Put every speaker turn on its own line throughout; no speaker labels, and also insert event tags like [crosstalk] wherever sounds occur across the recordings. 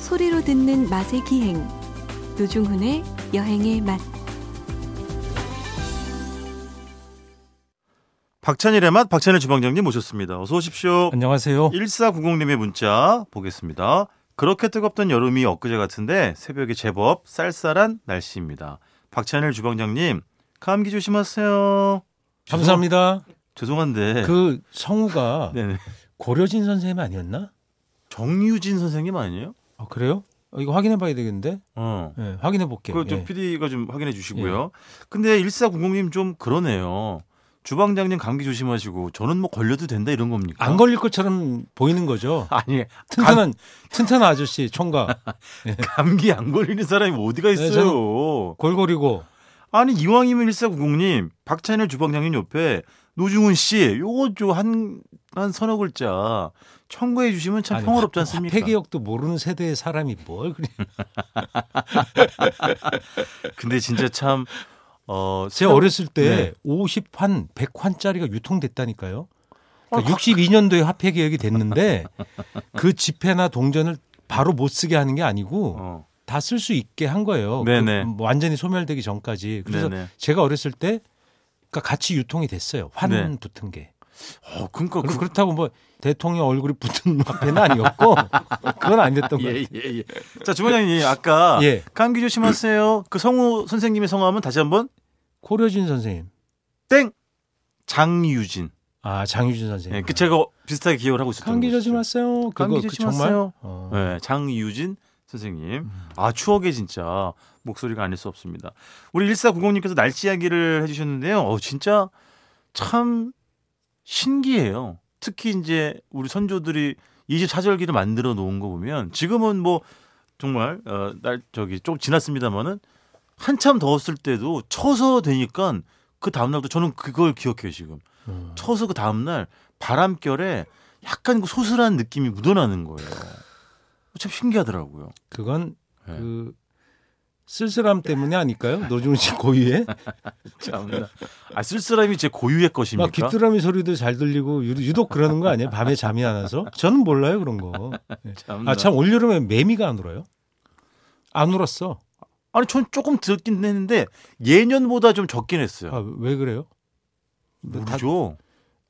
소리로 듣는 맛의 기행 노중훈의 여행의 맛
박찬일의 맛 박찬일 주방장님 모셨습니다. 어서 오십시오. 예,
안녕하세요.
1490님의 문자 보겠습니다. 그렇게 뜨겁던 여름이 엊그제 같은데 새벽에 제법 쌀쌀한 날씨입니다. 박찬일 주방장님 감기 조심하세요.
감사합니다.
죄송한데
그 성우가
네. 네네.
고려진 선생님 아니었나?
[laughs] 정유진 선생님 아니에요?
아, 그래요? 어, 이거 확인해 봐야 되겠는데.
어.
예, 확인해 볼게요.
그저
예.
PD가 좀 확인해 주시고요. 근데 1490님 좀 그러네요. 주방장님 감기 조심하시고 저는 뭐 걸려도 된다 이런 겁니까?
안 걸릴 것처럼 보이는 거죠.
아니
튼튼한 튼튼한 아저씨
[laughs]
총각
감기 안 걸리는 사람이 어디가
저는-
있어요?
골고리고
아니 이왕이면 1490님 박찬일 주방장님 옆에 노중훈 씨 요거 좀한한 서너 글자 청구해 주시면 참
아니, 뭐
평화롭지
화-
않습니까?
화폐개혁도 모르는 세대의 사람이 뭘 그래?
근데 진짜 참 어,
[laughs] 제가 어렸을 때
네.
50환, 100환짜리가 유통됐다니까요.
아,
그러니까 62년도에 화폐 개혁이 됐는데 그 지폐나 동전을 바로 못 쓰게 하는 게 아니고
어,
다 쓸 수 있게 한 거예요.
네네.
그 뭐 완전히 소멸되기 전까지. 그래서
네네.
제가 어렸을 때 그러니까 같이 유통이 됐어요. 환
네.
붙은 게.
어 그러니까
그리고
그,
그렇다고 뭐 대통령 얼굴이 붙은
[laughs]
화폐는 아니었고 그건 안 됐던 거예요.
예, 예, 예. 자, 주방장님, 아까
예.
감기 조심하세요. 그 성우 선생님의 성함은 다시 한번
고려진 선생님.
땡! 장유진.
아, 장유진
예,
선생님.
그 제가 비슷하게 기억을 하고 있었던
감기
거죠.
조심하세요. 그거
감기
그
조심하세요.
정말 어.
네, 장유진 선생님. 아, 추억의 진짜 목소리가 아닐 수 없습니다. 우리 1490님께서 날씨 이야기를 해주셨는데요. 어, 진짜 참 신기해요. 특히 이제 우리 선조들이 이집 사절기를 만들어 놓은 거 보면 지금은 뭐 정말 어, 날 저기 좀 지났습니다만은 한참 더웠을 때도 쳐서 되니까 그 다음날부터 저는 그걸 기억해요 지금
음.
쳐서 그 다음날 바람결에 약간 그 소슬한 느낌이 묻어나는 거예요. 참 신기하더라고요.
그건
네.
그 쓸쓸함 때문에 아닐까요? 노중훈 씨 고유의
참나. 아 쓸쓸함이 제 고유의
막
것입니까?
귀뚜라미 소리도 잘 들리고 유- 유독 그러는 거 아니에요? 밤에 잠이 안 와서 저는 몰라요 그런 거.
참나.
아 참 올 여름에 매미가 안 울어요? 안 울었어.
아니 전 조금 듣긴 했는데 예년보다 좀 적긴 했어요.
아, 왜 그래요? 뭐 다-
모르죠.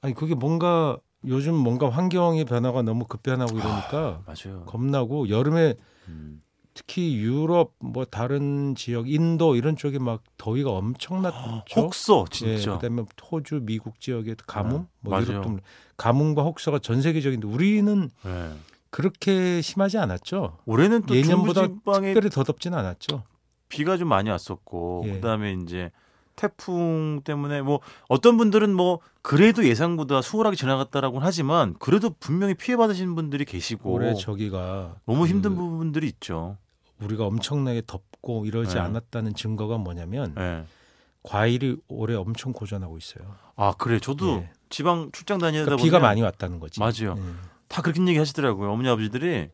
아니 그게 뭔가 요즘 뭔가 환경의 변화가 너무 급변하고 이러니까
맞아요.
겁나고 여름에
음.
특히 유럽 뭐 다른 지역 인도 이런 쪽에 막 더위가 엄청났죠.
혹서
예,
진짜.
그다음에 호주, 미국 지역의 가뭄,
네,
뭐
맞아요.
유럽도 가뭄과 혹서가 전 세계적인데 우리는
예.
그렇게 심하지 않았죠.
올해는 또
예년보다
중부지방에
특별히 더 덥진 않았죠.
비가 좀 많이 왔었고
예.
그다음에 이제 태풍 때문에 뭐 어떤 분들은 뭐 그래도 예상보다 수월하게 지나갔다라고는 하지만 그래도 분명히 피해 받으신 분들이 계시고
올해 저기가
너무
그
힘든 부분들이 있죠.
우리가 엄청나게 덥고 이러지
네.
않았다는 증거가 뭐냐면
예.
과일이 올해 엄청 고전하고 있어요.
아 그래 저도
예.
지방 출장 다니다
그러니까
보면
비가 많이 예. 왔다는 거지. 음.
맞아요. 다 그렇게 얘기 하시더라고요. 어머니 아버지들이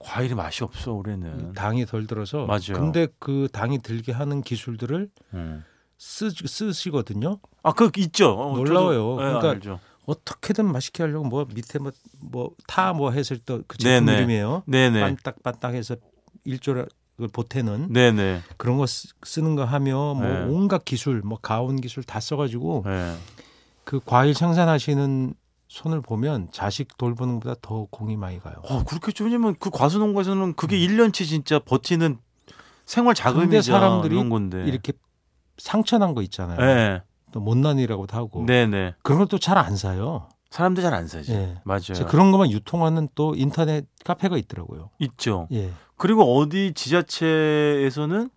과일이 맛이 없어
예.
올해는.
당이 덜 들어서
네. 맞아요.
근데 그 당이 들게 하는 기술들을
음.
쓰, 쓰시거든요.
아그 있죠. 어,
놀라워요.
저도- 예,
그러니까
알죠.
어떻게든 맛있게 하려고 뭐 밑에 뭐뭐타 뭐 했을 때 그 제품
네네.
이름이에요.
네네.
반딱반딱해서 일조를 보태는
네네.
그런 거 쓰, 는거 하며 뭐
네.
온갖 기술 뭐 가온 기술 다 써가지고
예.
그 과일 생산하시는 손을 보면 자식 돌보는 것보다 더 공이 많이 가요.
어 그렇겠죠. 왜냐면 그 과수농가에서는 그게 1년치 진짜 버티는 생활
근데
자금이자
사람들이
이런 건데.
이렇게 상처난 거 있잖아요.
예.
또 못난이라고도 하고
네네.
그런 걸 또 잘 안 사요.
사람들 잘 안 사지.
예.
맞아요.
그래서 그런 것만 유통하는 또 인터넷 카페가 있더라고요.
있죠.
예.
그리고 어디 지자체에서는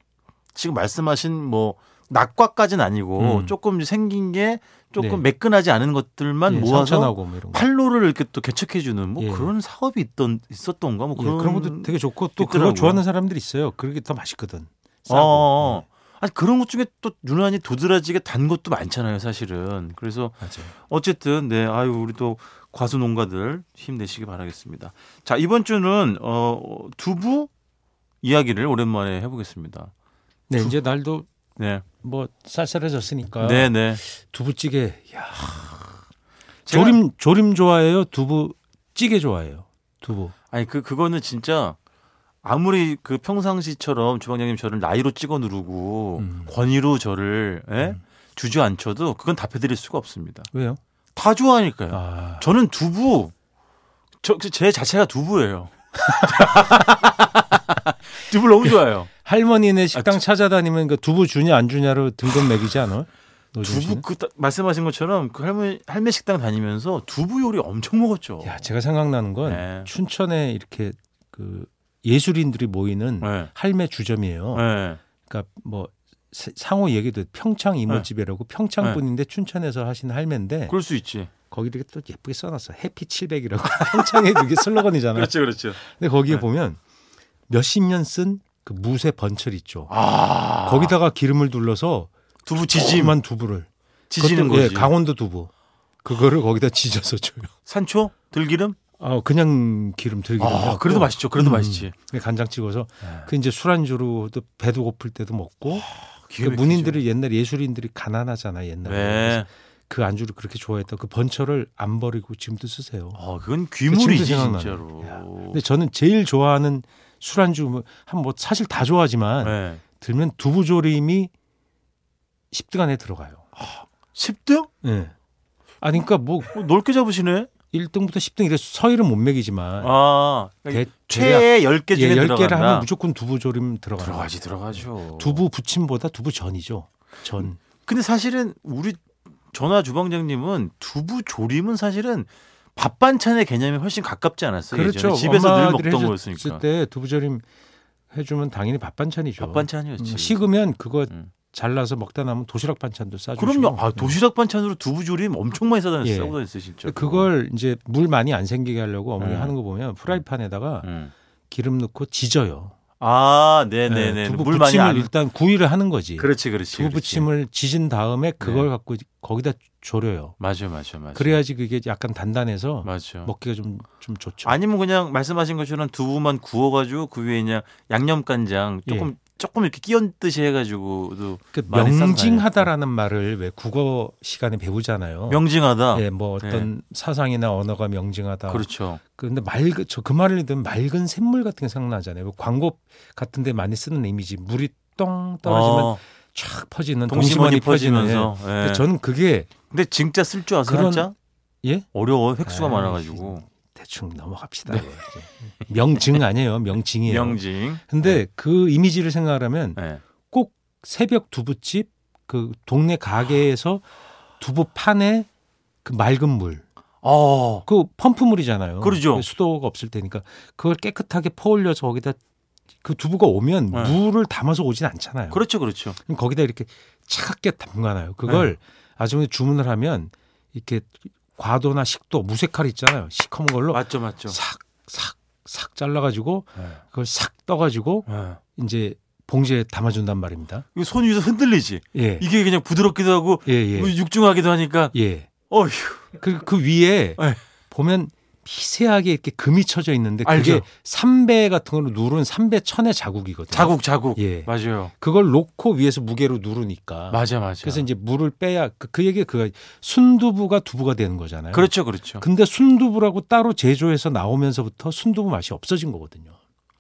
지금 말씀하신 뭐 낙과까지는 아니고
음.
조금 이제 생긴 게 조금
네.
매끈하지 않은 것들만
예,
모아서
상처나고 뭐 이런 거.
판로를 이렇게 또 개척해주는 뭐
예.
그런 사업이 있던 있었던가 뭐
예,
그런,
그런, 것도 되게 좋고 또
있더라고요.
그걸 좋아하는 사람들이 있어요. 그게 더 맛있거든. 싸고. 네.
어, 아니 그런 것 중에 또 유난히 도드라지게 단 것도 많잖아요 사실은 그래서
네, 맞아요.
어쨌든 네 아유 우리 또 과수 농가들 힘내시기 바라겠습니다 자 이번 주는 어 두부 이야기를 오랜만에 해보겠습니다
네, 이제 날도
네
뭐 쌀쌀해졌으니까
네네
두부찌개 야
제가-
조림 조림 좋아해요 두부찌개 좋아해요 두부
아니 그 그거는 진짜 아무리 그 평상시처럼 주방장님 저를 나이로 찍어 누르고
음.
권위로 저를 예?
음.
주저앉혀도 그건 답해드릴 수가 없습니다.
왜요?
다 좋아하니까요.
아,
저는 두부 저그 제 자체가 두부예요. [laughs] 두부 너무 좋아요.
뭐 할머니네 식당 찾아다니면 그 두부 주냐 안 주냐로 등급 매기지 않아? 노중
두부
씨는?
그 따- 말씀하신 것처럼 그 할머니 할매 식당 다니면서 두부 요리 엄청 먹었죠.
야, 제가 생각나는 건
네.
춘천에 이렇게 그 예술인들이 모이는
네.
할매 주점이에요.
네.
그러니까 뭐 사- 상호 얘기도 평창 이모집이라고
네.
평창 분인데 춘천에서 하신 할매인데
그럴 수 있지.
거기 되게 또 예쁘게 써놨어. 해피 700이라고 [laughs] 평창에 그게 슬로건이잖아.
그렇죠, 그렇죠.
근데 거기에
네.
보면 몇십 년 쓴 그 무쇠 번철 있죠.
아
거기다가 기름을 둘러서
두부 지짐
지짐한 두부를
지지는
그것도,
거지.
예, 강원도 두부 그거를 거기다 지져서 줘요.
산초 들기름.
아 그냥 기름 들기.
아 그래도 맛있죠. 그래도
음.
맛있지.
간장 찍어서
네.
그 이제 술안주로도 배도 고플 때도 먹고 그
아, 기가 막히죠.
문인들이 옛날 예술인들이 가난하잖아 옛날에 그래서
네.
그 안주를 그렇게 좋아했던 그 번철을 안 버리고 지금도 쓰세요.
어 그건
지금도
귀물이지
생각나네.
진짜로.
야. 근데 저는 제일 좋아하는 술안주 한 뭐 사실 다 좋아하지만
네.
들면 두부조림이 10등 안에 들어가요.
10등?
예. 아니 그러니까 뭐
어, 넓게 잡으시네.
1등부터 10등 이래 서열은 못 매기지만
아
대, 그러니까 최
최애 10개 중에
예, 10개를
들어간다.
하면 무조건 두부조림 들어가요.
들어가지 들어가죠.
두부 부침보다 두부전이죠. 전.
근데 사실은 우리 전화 주방장님은 두부 조림은 사실은 밥 반찬의 개념이 훨씬 가깝지 않았어요. 예전에? 집에서 늘
그렇죠. 엄마들이
먹던
해줬을
거였으니까.
때 두부조림 해주면 당연히 밥 반찬이죠.
밥 반찬이었지.
음, 식으면 그거
음.
잘라서 먹다 남으면 도시락 반찬도 음. 싸주고.
그럼요. 아, 도시락 반찬으로 두부 조림 엄청 많이 싸다
예.
싸고 다녔어요, 진짜.
그걸 이제 물 많이 안 생기게 하려고 어머니
음.
하는 거 보면 프라이팬에다가
음.
기름 넣고 지져요.
아,
네,
네네네.
두부
물 많이
부침을
안.
일단 구이를 하는 거지.
그렇지, 그렇지.
두부
그렇지.
부침을 지진 다음에 그걸
네.
갖고 거기다 졸여요.
맞아, 맞아, 맞아.
그래야지 그게 약간 단단해서
맞아.
먹기가 좀, 좀
어.
좋죠.
그렇죠. 아니면 그냥 말씀하신 것처럼 두부만 구워가지고 그 위에 그냥 양념 간장
예.
조금 조금 이렇게 끼얹듯이 해가지고도
그
많이 싼
명징하다라는 말을 왜 국어 시간에 배우잖아요.
명징하다.
예, 뭐 어떤 사상이나 언어가 명징하다.
그렇죠.
근데 맑은 저그 말을 듣면 맑은 샘물 같은 게 생각나잖아요. 뭐 광고 같은 데 많이 쓰는 이미지 물이 똥 떨어지면
어,
촥 퍼지는
동심원이
퍼지는, 예.
퍼지면서. 예.
근데 저는 그게
근데 진짜 쓸 줄 아세요,
그런-
한자?
예?
어려워. 획수가
아이,
많아가지고.
대충 넘어갑시다. 이거. 이제. 명징 아니에요. 명징이에요.
네. 명징.
예.
네.
근데 그 이미지를 생각하면
예.
꼭 새벽 두부집 그 동네 가게에서 두부 판에 그 맑은 물.
어.
그 펌프물이잖아요.
그러죠.
수도가 없을 때니까 그걸 깨끗하게 퍼올려서 거기다 그 두부가 오면
네.
물을 담아서 오진 않잖아요.
그렇죠, 그렇죠.
그럼 거기다 이렇게 차갑게 담가놔요. 그걸
네.
아주머니 주문을 하면 이렇게 과도나 식도 무쇠칼 있잖아요. 시커먼 걸로
맞죠, 맞죠.
싹 싹 싹 잘라가지고
예.
그걸 싹 떠가지고
예.
이제 봉지에 담아준단 말입니다.
이거 손 위에서 흔들리지.
예,
이게 그냥 부드럽기도 하고
예, 예,
뭐 육중하기도 하니까.
예.
어휴.
그, 그 위에
예.
보면 미세하게 이렇게 금이 쳐져 있는데 그게
알죠.
삼배 같은 걸로 누른 삼배 천의 자국이거든요.
자국, 자국.
예.
맞아요.
그걸 놓고 위에서 무게로 누르니까.
맞아, 맞아.
그래서 이제 물을 빼야 그, 그 얘기 그 순두부가 두부가 되는 거잖아요.
그렇죠, 그렇죠.
근데 순두부라고 따로 제조해서 나오면서부터 순두부 맛이 없어진 거거든요.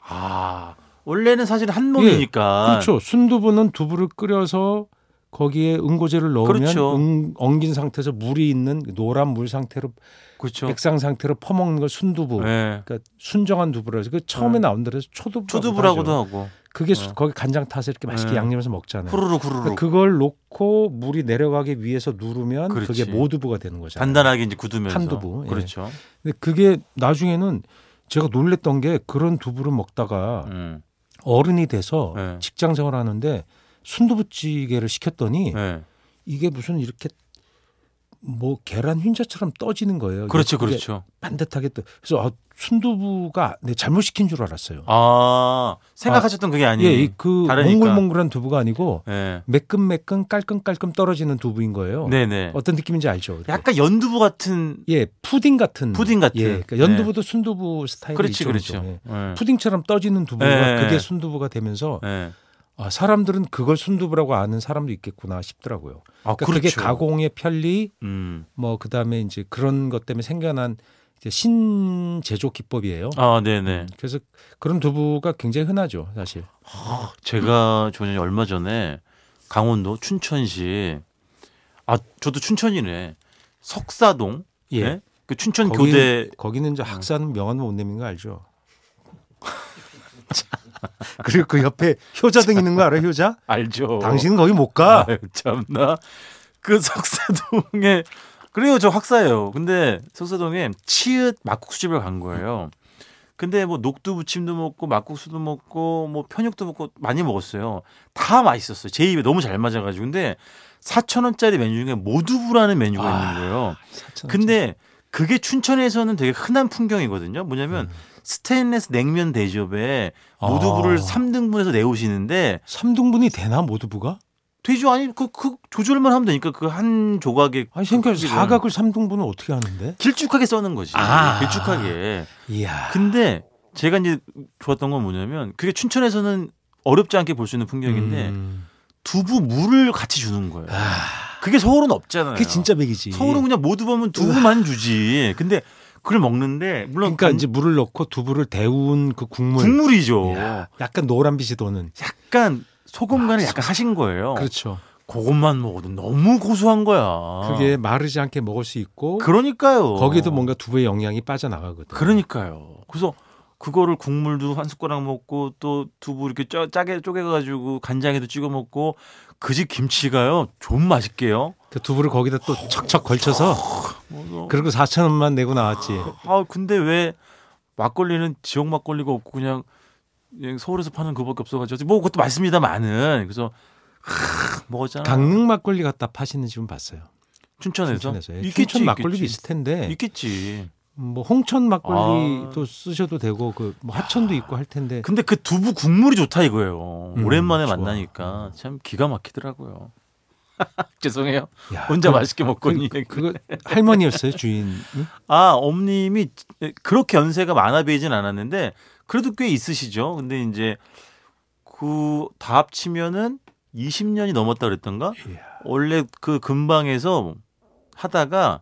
아 원래는 사실 한 몸이니까
그렇죠. 순두부는 두부를 끓여서 거기에 응고제를 넣으면
그렇죠.
응- 엉긴 상태에서 물이 있는 노란 물 상태로
그렇죠.
액상 상태로 퍼먹는 걸 순두부.
예.
그러니까 순정한 두부라 해서 그 처음에
네.
나온 데서 초두부
초두부라고도
그렇죠.
하고
그게 수-
네.
거기 간장 타서 이렇게 맛있게
네.
양념해서 먹잖아요.
후루룩 후루룩
그걸 놓고 물이 내려가기 위해서 누르면 그
그렇지.
게 모두부가 되는 거잖아요.
단단하게 이제 굳으면서
탄두부, 예.
그렇죠.
근데 그게 나중에는 제가 놀랬던 게 그런 두부를 먹다가
음.
어른이 돼서
네.
직장 생활하는데 순두부찌개를 시켰더니
예.
이게 무슨 이렇게 뭐 계란 흰자처럼 떠지는 거예요. 이게
그렇죠,
그게
그렇죠.
반듯하게 떠. 그래서 아, 순두부가 내 잘못 시킨 줄 알았어요.
아 생각하셨던 그게 아니에요.
예, 이그
다르니까.
몽글몽글한 두부가 아니고
예.
매끈매끈 깔끔깔끔 떨어지는 두부인 거예요.
네네.
어떤 느낌인지 알죠? 이렇게.
약간 연두부 같은
예, 푸딩 같은.
푸딩 같은. 네.
예, 그러니까 연두부도 순두부 스타일이
그렇지,
있죠,
그렇죠.
예.
예.
푸딩처럼 떠지는 두부가
예.
그게 순두부가 되면서
예.
아, 사람들은 그걸 순두부라고 아는 사람도 있겠구나 싶더라고요.
아
그러니까 그게
그렇죠.
가공의 편리
음.
뭐 그다음에 이제 그런 것 때문에 생겨난 이제 신제조 기법이에요.
아, 네네.
그래서 그런 두부가 굉장히 흔하죠, 사실.
제가 전에 얼마 전에 강원도 춘천시 아 저도 춘천이네 석사동
예.
네? 그 춘천
거기-
교대
거기는 이제 학사는 명언 못 내민 거 알죠? [laughs] 그리고 그 옆에 효자등 있는 거 알아요, 효자?
알죠?
당신은 거기 못 가.
아유, 참나 그 석사동에 그래요 저 학사예요. 근데 석사동에 치읓 막국수집을 간 거예요. 근데 뭐 녹두부침도 먹고 막국수도 먹고 뭐 편육도 먹고 많이 먹었어요. 다 맛있었어요. 제 입에 너무 잘 맞아가지고 근데 4천 원짜리 메뉴 중에 모두부라는 메뉴가
아,
있는 거예요. 근데 그게 춘천에서는 되게 흔한 풍경이거든요.
음.
뭐냐면 스테인레스 냉면 대접에 모두부를
아.
삼 3등분해서 내오시는데
3등분이 되나 모두부가?
돼지 아니 그, 그 조절만 하면 되니까 그 한 조각에
아니 생각
그
사각을 3등분은 어떻게 하는데?
길쭉하게 써는 거지.
아.
길쭉하게.
이야.
근데 제가 이제 좋았던 건 뭐냐면 그게 춘천에서는 어렵지 않게 볼 수 있는 풍경인데
음.
두부 물을 같이 주는 거예요.
아,
그게 서울은 없잖아요.
그게 진짜 음. 맥이지.
서울은 그냥 모두 보면 두부만 주지. 근데 그걸 먹는데 물론
그러니까
간-
이제 물을 넣고 두부를 데운 그 국물.
국물이죠.
이야, 약간 노란빛이 도는.
약간 소금 간을
와,
약간 하신 거예요.
그렇죠.
그것만 먹어도 너무 고소한 거야.
그게 마르지 않게 먹을 수
어?
있고
그러니까요.
거기도 뭔가 두부의 영양이 빠져나가거든.
그러니까요. 그래서 그거를 국물도 한 숟가락 먹고 또 두부 이렇게 쪄, 짜게 쪼개가지고 간장에도 찍어 먹고 그 집 김치가요 좀 맛있게요.
그 두부를 거기다 또 척척 걸쳐서
뭐,
그리고 4천 원만 내고 나왔지.
아 근데 왜 막걸리는 지역 막걸리가 없고 그냥 그냥 서울에서 파는 그밖에 없어가지고 뭐 그것도 맛있습니다만은 그래서 하, 먹었잖아.
강릉 막걸리 갖다 파시는 집은 봤어요.
춘천에서
춘천에서. 예.
있겠지,
춘천 막걸리도
있겠지.
있을 텐데
있겠지.
뭐 홍천 막걸리도 쓰셔도 되고 그뭐 하천도 있고 할 텐데
근데 아. 그 두부 국물이 좋다 이거예요.
음,
오랜만에
좋아.
만나니까 참 기가
[laughs]
막히더라고요. 죄송해요.
야,
[laughs] 혼자
그-
맛있게 먹고 있는
그,
얘기.
그거 할머니였어요 주인.
아, 엄님이 그렇게 연세가 많아 보이진 않았는데 그래도 꽤 있으시죠. 근데 이제 그 다 합치면은 20년이 넘었다 그랬던가?
이야.
원래 그 근방에서 하다가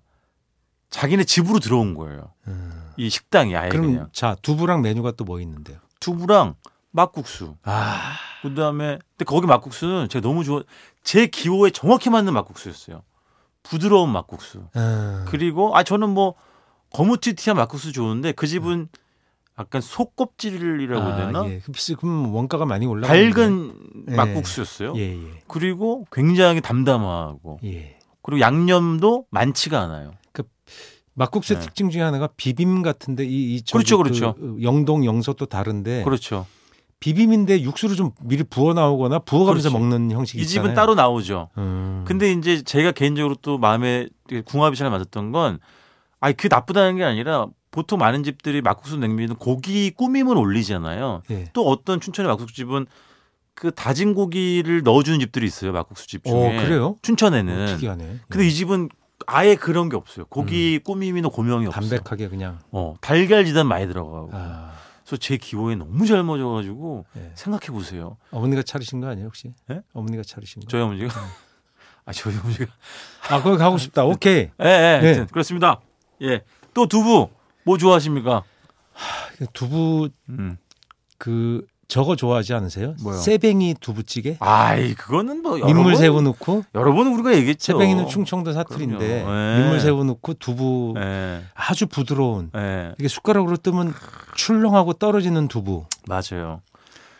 자기네 집으로 들어온 거예요.
음.
이 식당이 아예
그럼
그냥
자 두부랑 메뉴가 또 뭐 있는데요?
두부랑 막국수.
아
그다음에 근데 거기 막국수는 제가 너무 좋아 제 기호에 정확히 맞는 막국수였어요. 부드러운 막국수.
음.
그리고 아 저는 뭐 거무튀튀한 막국수 좋은데 그 집은 약간 속껍질이라고 해야 되나?
아, 예. 그 비스- 그럼 원가가 많이 올라.
밝은
예.
막국수였어요.
예예
그리고 굉장히 담담하고
예.
그리고 양념도 많지가 않아요.
막국수의
네.
특징 중에 하나가 비빔 같은데 이, 이 저기
그렇죠, 그렇죠.
그 영동 영서도 다른데
그렇죠.
비빔인데 육수를 좀 미리 부어 나오거나 부어가면서
그렇지.
먹는 형식이
이 집은
있잖아요.
따로 나오죠.
음.
근데 이제 제가 개인적으로 또 마음에 궁합이 잘 맞았던 건 아니 그게 나쁘다는 게 아니라 보통 많은 집들이 막국수 냉면은 고기 꾸밈을 올리잖아요.
예.
또 어떤 춘천의 막국수집은 그 다진 고기를 넣어주는 집들이 있어요. 막국수집 중에.
어 그래요? 어,
춘천에는.
특이하네.
근데 이 집은 아예 그런 게 없어요. 고기 꾸밈이나 고명이 없어요.
음. 담백하게 그냥.
어, 달걀지단 많이 들어가고.
아,
그래서 제 기호에 너무 잘 맞아가지고
예.
생각해 보세요.
어머니가 차리신 거 아니에요 혹시?
예?
어머니가 차리신 거.
저희 어머니가.
음.
[laughs] 아, 저희 어머니가.
아 거기 가고 싶다. 오케이.
예, 예.
네.
하여튼 그렇습니다. 예. 또 두부. 뭐 좋아하십니까?
두부
음.
그 저거 좋아하지 않으세요?
뭐요?
새뱅이 두부찌개.
아이, 그거는 뭐 여러
민물
번-
새우 넣고
여러 번 우리가 얘기했죠.
새뱅이는 충청도 사투리인데
그럼요. 예.
민물 새우 넣고 두부
예.
아주 부드러운
예.
이게 숟가락으로 뜨면 출렁하고 떨어지는 두부
맞아요.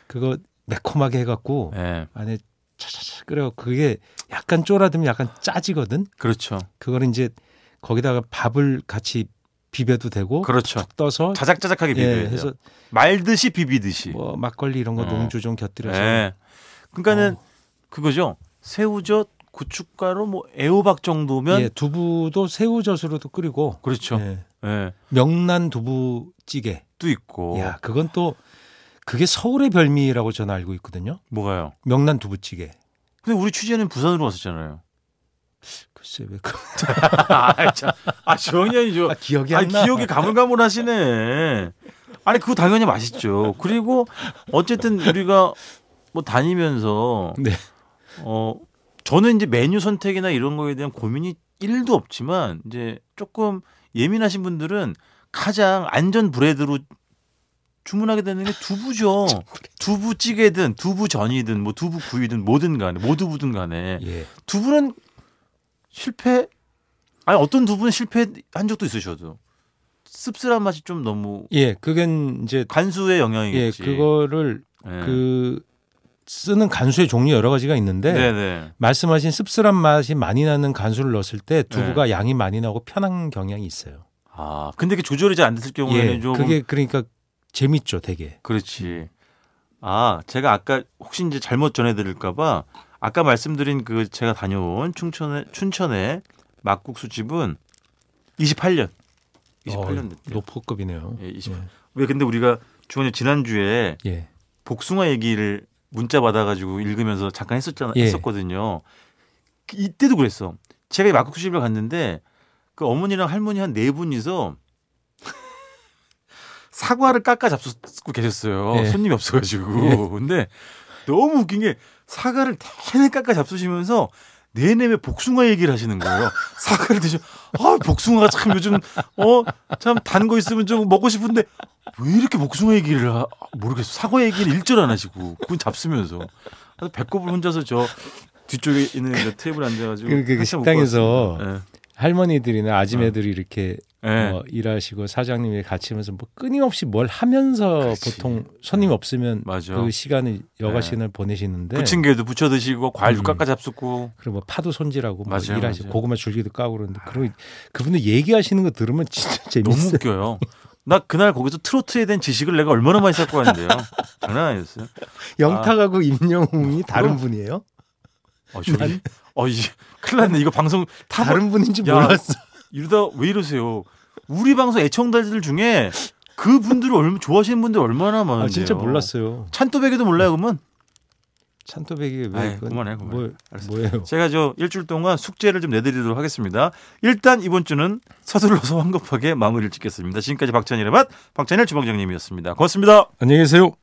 그거 매콤하게 해갖고
예.
안에 차차차 끓여 그게 약간 쫄아들면 약간 짜지거든.
그렇죠.
그걸 이제 거기다가 밥을 같이 비벼도 되고
그렇죠.
툭 떠서
자작자작하게
예,
비벼야 돼요.
해서
말듯이 비비듯이.
뭐 막걸리 이런 거
어.
농주 좀 곁들여서 어.
예. 그러니까는 그거죠. 새우젓, 고춧가루, 뭐 애호박 정도면
예, 두부도 새우젓으로도 끓이고
그렇죠. 예.
예, 명란 두부찌개.
또 있고
야, 그건 또 그게 서울의 별미라고 저는 알고 있거든요.
뭐가요?
명란 두부찌개.
근데 우리 취재는 부산으로 왔었잖아요. [laughs]
글쎄 왜 그.
아, 참. 아 정연이죠.
아, 기억이
아
안 나.
기억이 가물가물하시네. 아니 그거 당연히 맛있죠. 그리고 어쨌든 우리가 뭐 다니면서
네.
어 저는 이제 메뉴 선택이나 이런 거에 대한 고민이 1도 없지만 이제 조금 예민하신 분들은 가장 안전 브레드로 주문하게 되는 게
[laughs] 아,
두부죠. 두부찌개든 두부전이든 뭐 두부구이든 뭐든 간에 모두부든 간에
예.
두부는 실패 아니 어떤 두부는 실패한 적도 있으셔도 씁쓸한 맛이 좀 너무
예, 그건 이제
간수의
예,
영향이겠지. 예.
그거를
네.
그 쓰는 간수의 종류 여러 가지가 있는데
네. 네
말씀하신 씁쓸한 맛이 많이 나는 간수를 넣었을 때 두부가 양이 많이 나고 편한 경향이 있어요.
아 근데 그 조절이 잘 안 됐을 경우에는
예,
좀
그게 그러니까 재밌죠, 되게.
그렇지. 아, 제가 아까 혹시 이제 잘못 전해드릴까봐 아까 말씀드린 그 제가 다녀온 춘천의 춘천의 막국수 집은 28년, 28년
어,
됐대요.
노포급이네요.
예, 28. 왜 근데 우리가 주원이 지난주에
예. 예.
복숭아 얘기를 문자 받아가지고 읽으면서 잠깐 했었잖아,
예.
했었거든요. 그 이때도 그랬어. 제가 이 막국수 집을 갔는데 그 어머니랑 할머니 한 네 분이서 [laughs] 사과를 깎아 잡수고 계셨어요.
예.
손님이 없어가지고.
예.
근데 너무 웃긴 게 사과를 내내 깎아 잡수시면서 내내 왜 복숭아 얘기를 하시는 거예요. [laughs] 사과를 드셔. 아, 복숭아가 참 요즘 어 참 단 거 있으면 좀 먹고 싶은데 왜 이렇게 복숭아 얘기를 하, 모르겠어. 사과 얘기를 일절 안 하시고 그건 잡수면서 그래서 배꼽을 혼자서 저 뒤쪽에 있는 그 테이블에 앉아가지고
그, 그, 그
한참 웃고
식당에서
왔습니다. 네.
할머니들이나
어.
아지매들이 이렇게
예. 예.
어, 일하시고 사장님이 같이 하면서 뭐 끊임없이 뭘 하면서
그렇지. 네.
보통 손님 없으면
맞아.
그 시간을 여가
네.
시간을 보내시는데
부침개도 부쳐 드시고 과일도
음.
깎아 잡수고
그리고 뭐 파도 손질하고 뭐
맞아요,
일하시고
맞아요.
고구마 줄기도 까고 그러는데 그런 그분들 얘기하시는 거 들으면 진짜
너무
재밌어요.
웃겨요. 나 그날 거기서 트로트에 대한 지식을 내가 얼마나 많이 쌓고 왔는데요. 장난 아니었어요. 아.
영탁하고 임영웅이 다른
그럼-
분이에요?
어, 저기, 어, 이 큰일 났네. 이거 방송 다
다른 분인지
아, 뭐 야.
몰랐어.
이러다 왜 이러세요? 우리 방송 애청자들 중에 그 분들을 얼마 좋아하시는 분들 얼마나 많은데요.
아, 진짜 몰랐어요.
찬또배기도 몰라요, 그러면?
찬토백이 왜
아이,
그건
그만해, 그만해.
뭘-
알았어.
뭐예요?
제가 저 일주일 동안 숙제를 좀 내드리도록 하겠습니다. 일단 이번 주는 서둘러서 황급하게 마무리를 짓겠습니다. 지금까지 박찬일의 맛, 박찬일 주방장님이었습니다. 고맙습니다.
안녕히 계세요.